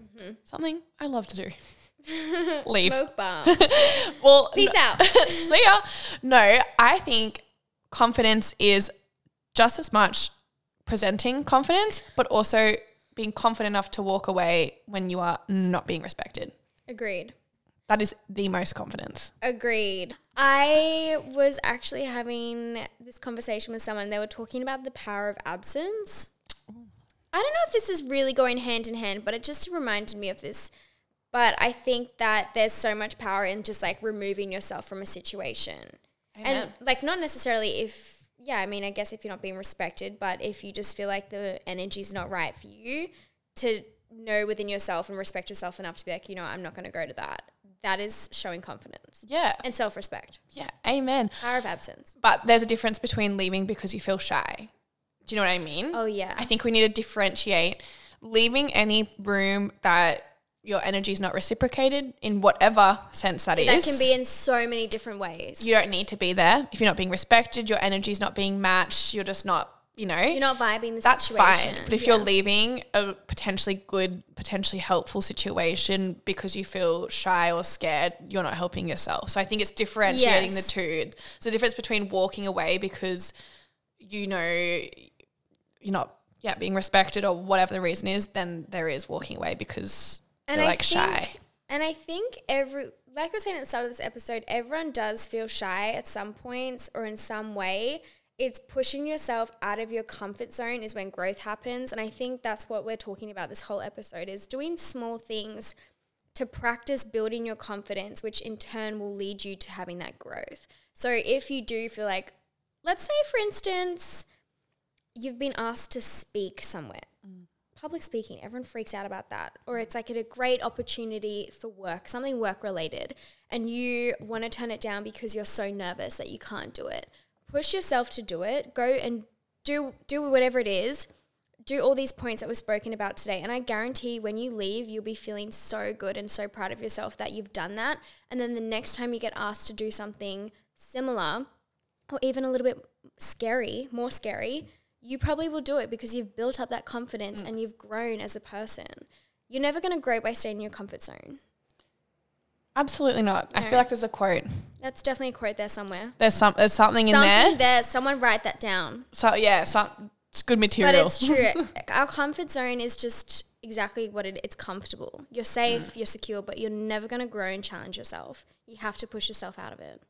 B: Something I love to do. Leave.
A: Smoke bomb.
B: Well,
A: Peace out.
B: see ya. No, I think confidence is just as much presenting confidence, but also being confident enough to walk away when you are not being respected.
A: Agreed.
B: That is the most confidence.
A: Agreed. I was actually having this conversation with someone. They were talking about the power of absence. I don't know if this is really going hand in hand, but it just reminded me of this. But I think that there's so much power in just like removing yourself from a situation.
B: Amen.
A: And like, not necessarily if, yeah, I mean, I guess if you're not being respected, but if you just feel like the energy's not right for you, to know within yourself and respect yourself enough to be like, you know, what, I'm not going to go to that. That is showing confidence
B: Yeah.
A: and self respect.
B: yeah. Amen.
A: Power of absence.
B: But there's a difference between leaving because you feel shy. Do you know what I mean?
A: Oh, yeah.
B: I think we need to differentiate leaving any room that your energy is not reciprocated in whatever sense that
A: that
B: is.
A: can be in so many different ways.
B: you don't need to be there if you're not being respected. Your energy's not being matched. You're just not, you know,
A: You're not vibing the
B: that's
A: situation.
B: fine. But if you're leaving a potentially good, potentially helpful situation because you feel shy or scared, you're not helping yourself. So I think it's differentiating
A: Yes.
B: the two. It's the difference between walking away because you know you're not yeah being respected or whatever the reason is, then there is walking away because you're like shy.
A: And I think every, like I was saying at the start of this episode, everyone does feel shy at some points or in some way. It's pushing yourself out of your comfort zone is when growth happens. And I think that's what we're talking about this whole episode is doing small things to practice building your confidence, which in turn will lead you to having that growth. So if you do feel like, let's say, for instance, you've been asked to speak somewhere. Public speaking, everyone freaks out about that. Or it's like at a great opportunity for work, something work related, and you want to turn it down because you're so nervous that you can't do it. Push yourself to do it. Go and do do whatever it is. Do all these points that were spoken about today. And I guarantee when you leave, you'll be feeling so good and so proud of yourself that you've done that. And then the next time you get asked to do something similar, or even a little bit scary, more scary, you probably will do it because you've built up that confidence
B: Mm.
A: and you've grown as a person. You're never going to grow by staying in your comfort zone.
B: Absolutely not. I
A: No.
B: feel like there's a quote.
A: That's definitely a quote there somewhere.
B: There's some there's something, in
A: Something
B: there.
A: there. someone write that down.
B: So yeah, some it's good material.
A: But it's true. Our comfort zone is just exactly what it it's comfortable. You're
B: Mm.
A: safe, you're secure, but you're never going to grow and challenge yourself. You have to push yourself out of it.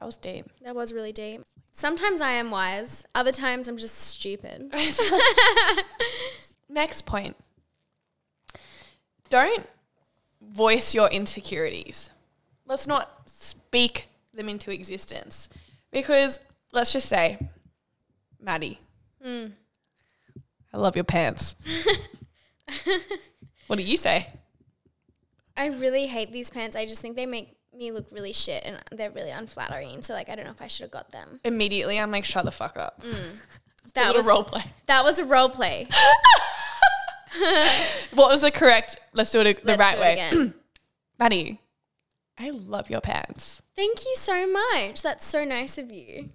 B: that was deep.
A: That was really deep. Sometimes I am wise, other times I'm just stupid.
B: Next point. Don't voice your insecurities. Let's not speak them into existence. Because let's just say, Maddie,
A: Hmm.
B: I love your pants. what do you say?
A: I really hate these pants. I just think they make me look really shit and they're really unflattering. So like I don't know if I should have got them.
B: Immediately, I'm like, shut the fuck up.
A: Mm. That
B: little
A: was
B: role play.
A: that was a role play.
B: What was the correct? Let's do it the
A: Let's
B: right
A: do it
B: way.
A: again.
B: Maddie, I love your pants.
A: Thank you so much. That's so nice of you.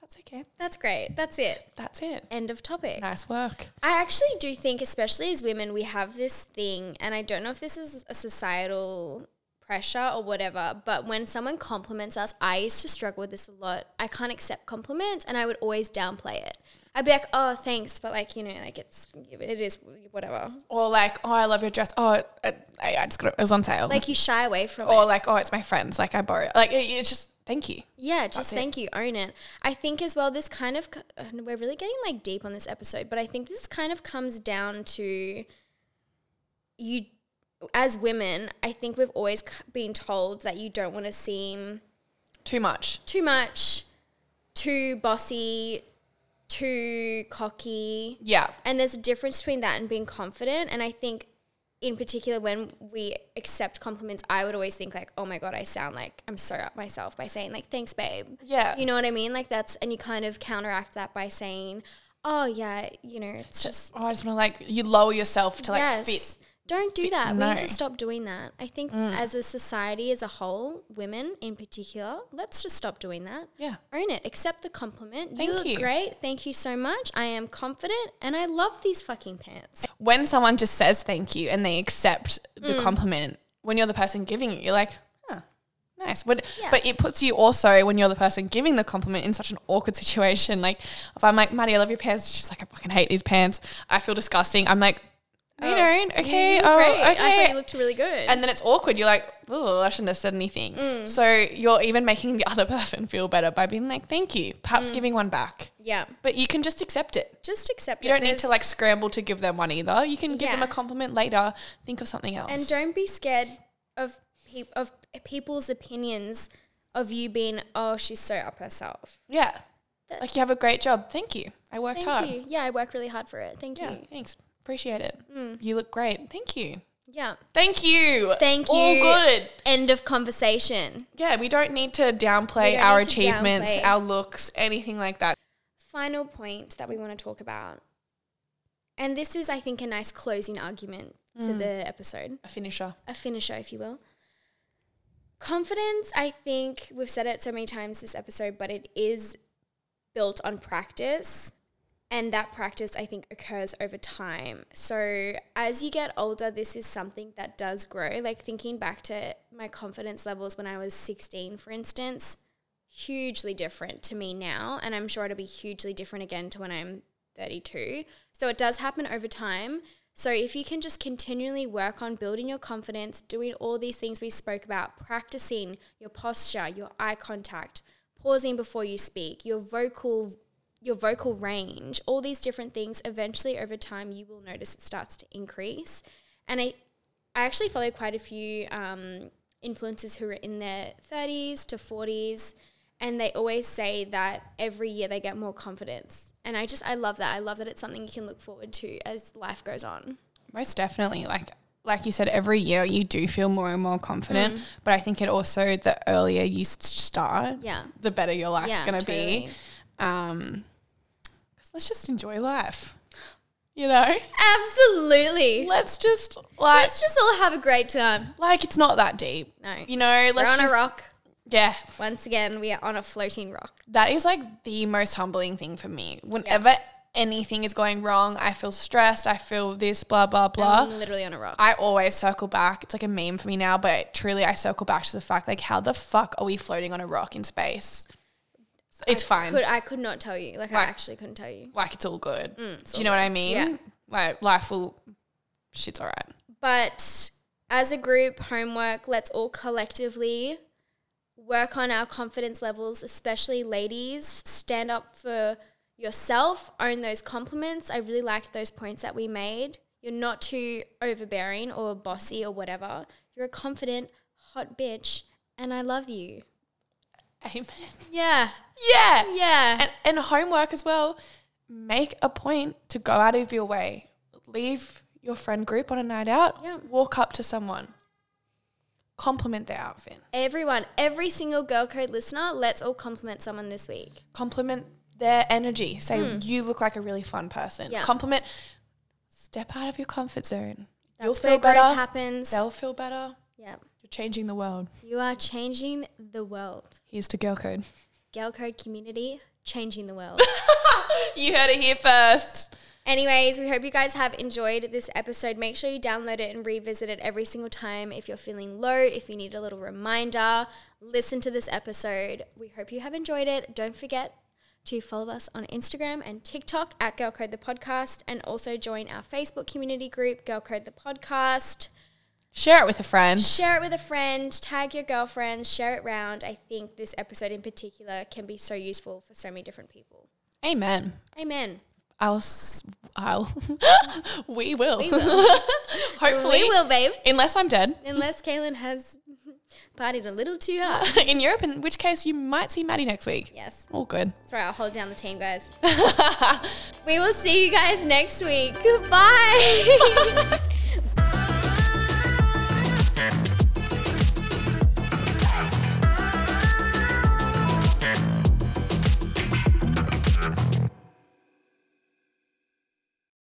B: That's okay.
A: That's great. That's it.
B: That's it.
A: End of topic.
B: Nice work.
A: I actually do think, especially as women, we have this thing, and I don't know if this is a societal pressure or whatever, but when someone compliments us, I used to struggle with this a lot. I can't accept compliments, and I would always downplay it. I'd be like, "Oh, thanks," but like you know, like it's it is whatever.
B: Or like, oh, I love your dress. Oh, I, I I just got it. It was on sale.
A: Like you shy away from
B: or
A: it.
B: like, oh, it's my friend's. Like I borrowed. it. Like it, it's just thank you.
A: Yeah, just thank you, own it. I think as well, this kind of co- uh, we're really getting like deep on this episode, but I think this kind of comes down to you as women, I think we've always c- been told that you don't want to seem
B: Too much.
A: too much, too bossy, too cocky.
B: Yeah.
A: And there's a difference between that and being confident. And I think, in particular, when we accept compliments, I would always think, like, oh my God, I sound like I'm so up myself by saying, like, thanks, babe.
B: Yeah.
A: You know what I mean? Like, that's, and you kind of counteract that by saying, oh, yeah, you know, it's just,
B: Oh, I just want to like you lower yourself to like
A: yes.
B: fit.
A: Don't do that. We need
B: no. Mm.
A: to stop doing that. I think as a society as a whole, women in particular, let's just stop doing that.
B: Yeah.
A: Own it. Accept the compliment.
B: Thank
A: you look
B: you.
A: great. Thank you so much. I am confident and I love these fucking pants.
B: When someone just says thank you and they accept the
A: Mm.
B: compliment, when you're the person giving it, you're like, huh, nice. But
A: Yeah.
B: but it puts you also when you're the person giving the compliment in such an awkward situation. Like if I'm like, Maddie, I love your pants. She's like, I fucking hate these pants. I feel disgusting. I'm like. I
A: Oh,
B: don't.
A: you
B: Okay.
A: look
B: oh,
A: great.
B: okay.
A: I thought you looked really good.
B: and then it's awkward. You're like, oh, I shouldn't have said anything.
A: Mm.
B: So you're even making the other person feel better by being like, thank you,
A: Mm.
B: perhaps giving one back.
A: Yeah.
B: But you can just accept it.
A: Just accept
B: You
A: it.
B: don't need
A: There's-
B: to like scramble to give them one either. You can give them
A: Yeah.
B: a compliment later. Think of something else.
A: And don't be scared of peop of people's opinions of you being, oh, she's so up herself.
B: yeah, like you have a great job. Thank you. I worked
A: Thank
B: hard.
A: you. Yeah, I work really hard for it. Thank
B: Yeah,
A: you. Mm.
B: thanks. Appreciate it. You look great. Thank you.
A: Yeah.
B: Thank you.
A: Thank
B: All
A: you.
B: good.
A: End of conversation.
B: Yeah, we don't need to
A: We
B: downplay
A: don't
B: our
A: need to
B: achievements,
A: downplay.
B: our looks, anything like that.
A: Final point that we want to talk about. And this is, I think, a nice closing argument to the episode.
B: A finisher.
A: a finisher, if you will. Confidence, I think we've said it so many times this episode, but it is built on practice. And that practice, I think, occurs over time. So as you get older, this is something that does grow. Like thinking back to my confidence levels when I was 16, for instance, hugely different to me now. And I'm sure it'll be hugely different again to when I'm 32. So it does happen over time. So if you can just continually work on building your confidence, doing all these things we spoke about, practicing your posture, your eye contact, pausing before you speak, your vocal your vocal range, all these different things, eventually over time you will notice it starts to increase. And I I actually follow quite a few um, influencers who are in their 30s to 40s, and they always say that every year they get more confidence. And I just, I love that. I love that it's something you can look forward to as life goes on.
B: Most definitely. Like like you said, every year you do feel more and more confident.
A: Mm.
B: But I think it also the earlier you s- start,
A: Yeah.
B: the better your life's
A: Yeah,
B: gonna
A: totally.
B: be. Um, 'cause let's just enjoy life. You know,
A: Absolutely.
B: let's just like
A: Let's just all have a great time.
B: like it's not that deep.
A: No.
B: You know, let's
A: We're on
B: just,
A: a rock.
B: Yeah,
A: Once again, we are on a floating rock.
B: that is like the most humbling thing for me. Whenever anything is going wrong, I feel stressed. I feel this, blah blah blah.
A: I'm literally on a rock.
B: I always circle back. It's like a meme for me now, but truly, I circle back to the fact like, how the fuck are we floating on a rock in space? It's fine.
A: Could, I could not tell you. Like, I actually couldn't tell you.
B: like it's all good.
A: Mm,
B: Do you know what I mean?
A: Yeah.
B: Like life will, shit's all right.
A: but as a group homework let's all collectively work on our confidence levels especially ladies stand up for yourself own those compliments i really liked those points that we made you're not too overbearing or bossy or whatever you're a confident hot bitch and i love you
B: Amen.
A: yeah
B: Yeah.
A: yeah
B: And, and homework as well. Make a point to go out of your way. Leave your friend group on a night out.
A: Yeah.
B: Walk up to someone. Compliment their outfit.
A: everyone every single girl code listener let's all compliment someone this week
B: compliment their energy. Say you look like a really fun person.
A: Yeah.
B: Compliment. Step out of your comfort zone. You'll
A: That's
B: feel
A: where growth
B: better.
A: happens
B: They'll feel better.
A: yep
B: You're changing the world.
A: you are changing the world
B: Here's to girl code.
A: Girl Code community, changing the world.
B: You heard it here first.
A: Anyways, we hope you guys have enjoyed this episode. Make sure you download it and revisit it every single time if you're feeling low, if you need a little reminder. Listen to this episode. We hope you have enjoyed it. Don't forget to follow us on Instagram and TikTok at Girl Code the Podcast and also join our Facebook community group, Girl Code the Podcast.
B: Share it with a friend.
A: Share it with a friend, tag your girlfriend, share it round. I think this episode in particular can be so useful for so many different people.
B: Amen.
A: Amen.
B: I'll. s- I'll. we will. Hopefully,
A: We will, babe.
B: unless I'm dead
A: Unless Kaylin has partied a little too hard.
B: in Europe, in which case you might see Maddie next week.
A: Yes.
B: All good.
A: That's right. I'll hold down the team, guys. we will see you guys next week. Goodbye.